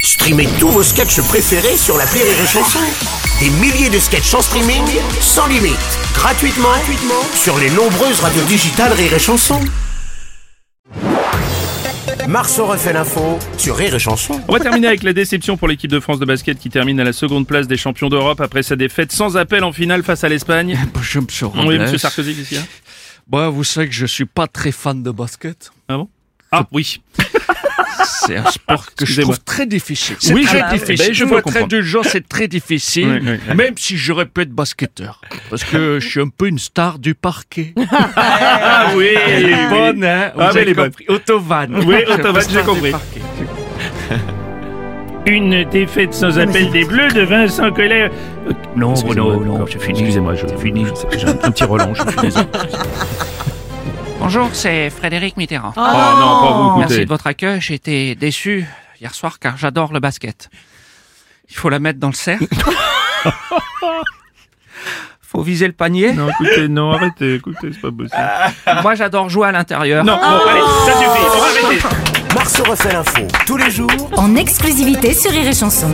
Streamez tous vos sketchs préférés sur la Rire et Chanson. Des milliers de sketchs en streaming, sans limite, gratuitement, gratuitement sur les nombreuses radios digitales Rire et Chanson. Marceau refait l'info sur Rire et Chanson. On va terminer avec la déception pour l'équipe de France de basket qui termine à la seconde place des champions d'Europe après sa défaite sans appel en finale face à l'Espagne. Bonjour, monsieur Oui, Robles. monsieur Sarkozy, qu'est-ce qu'il y a Bah, vous savez que je suis pas très fan de basket. Ah bon Ah oui. C'est un sport que je Excusez-moi. trouve très difficile. C'est Oui, très je- difficile. ben, je je peux vois comprendre. très de gens, c'est très difficile. Oui, oui, oui. Même si j'aurais pu être basketteur. Parce que je suis un peu une star du parquet. Ah oui, Elle est bonne, hein. Ah, mais elle est bonne. compris. Autovan. Oui, Autovan, j'ai compris. Une défaite sans appel des Bleus de Vincent Collet. Oh, Non, Bruno, non, je finis. Excusez-moi, je finis. J'ai un petit relent, je finis. Bonjour, c'est Frédéric Mitterrand. Oh non, pas vous Merci écoutez. de votre accueil. J'ai été déçu hier soir car j'adore le basket. Il faut la mettre dans le cercle. faut viser le panier. Non, écoutez, non, arrêtez, écoutez, c'est pas possible. Moi, j'adore jouer à l'intérieur. Non, bon, allez, ça suffit, on va arrêter. Marceau refait l'info tous les jours en exclusivité sur Rire et Chanson.